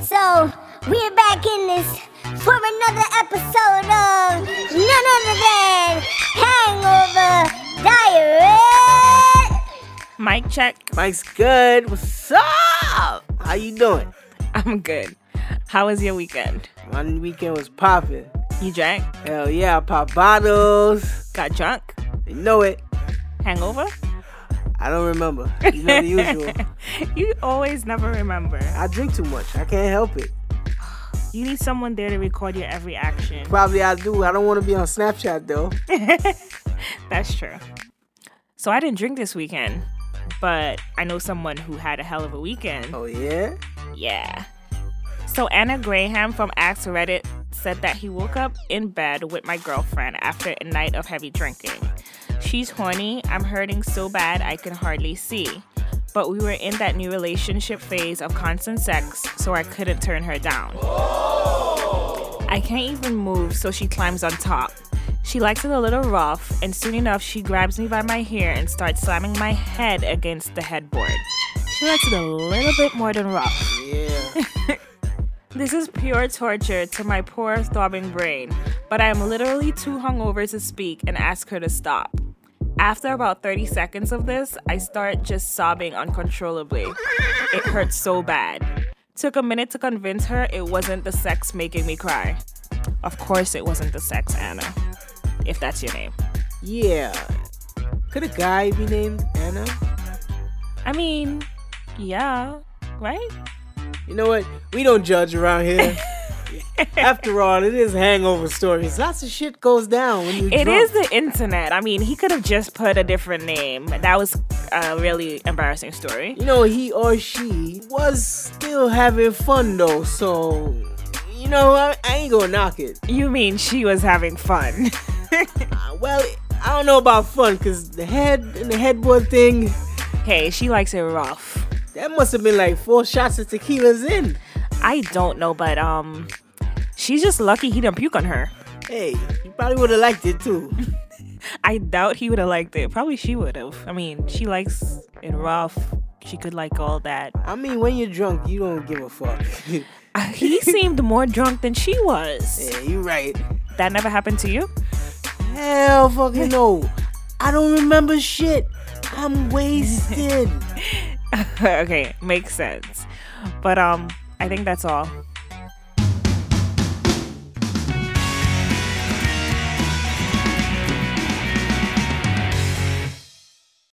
So we're back in this for another episode of none other than Hangover Diet. Mic check. Mike's good. What's up? How you doing? I'm good. How was your weekend? My weekend was popping. You drank? Hell yeah, I pop bottles. Got drunk? You know it. Hangover? I don't remember. You know the usual. you always never remember. I drink too much. I can't help it. You need someone there to record your every action. Probably I do. I don't want to be on Snapchat though. That's true. So I didn't drink this weekend, but I know someone who had a hell of a weekend. Oh yeah? Yeah. So Anna Graham from Axe Reddit said that he woke up in bed with my girlfriend after a night of heavy drinking. She's horny, I'm hurting so bad I can hardly see. But we were in that new relationship phase of constant sex, so I couldn't turn her down. I can't even move, so she climbs on top. She likes it a little rough, and soon enough, she grabs me by my hair and starts slamming my head against the headboard. She likes it a little bit more than rough. Yeah. This is pure torture to my poor throbbing brain, but I am literally too hungover to speak and ask her to stop. After about 30 seconds of this, I start just sobbing uncontrollably. It hurts so bad. Took a minute to convince her it wasn't the sex making me cry. Of course, it wasn't the sex, Anna, if that's your name. Yeah. Could a guy be named Anna? I mean, yeah, right? You know what? We don't judge around here. After all, it is hangover stories. Lots of shit goes down when you It drunk. is the internet. I mean, he could have just put a different name. That was a really embarrassing story. You know, he or she was still having fun though, so you know, I, I ain't gonna knock it. You mean she was having fun? Uh, well, I don't know about fun, cause the head and the headboard thing, hey, she likes it rough. that must have been like four shots of tequila's in. I don't know, but um, she's just lucky he didn't puke on her. Hey, you probably would have liked it too. I doubt he would have liked it. Probably she would have. I mean, she likes it rough. She could like all that. Uh, I mean, when you're drunk, you don't give a fuck. yeah, He seemed more drunk than she was. you right. That never happened to you? Hell fucking no. I don't remember shit. I'm wasted. okay, makes sense. But um, I think that's all.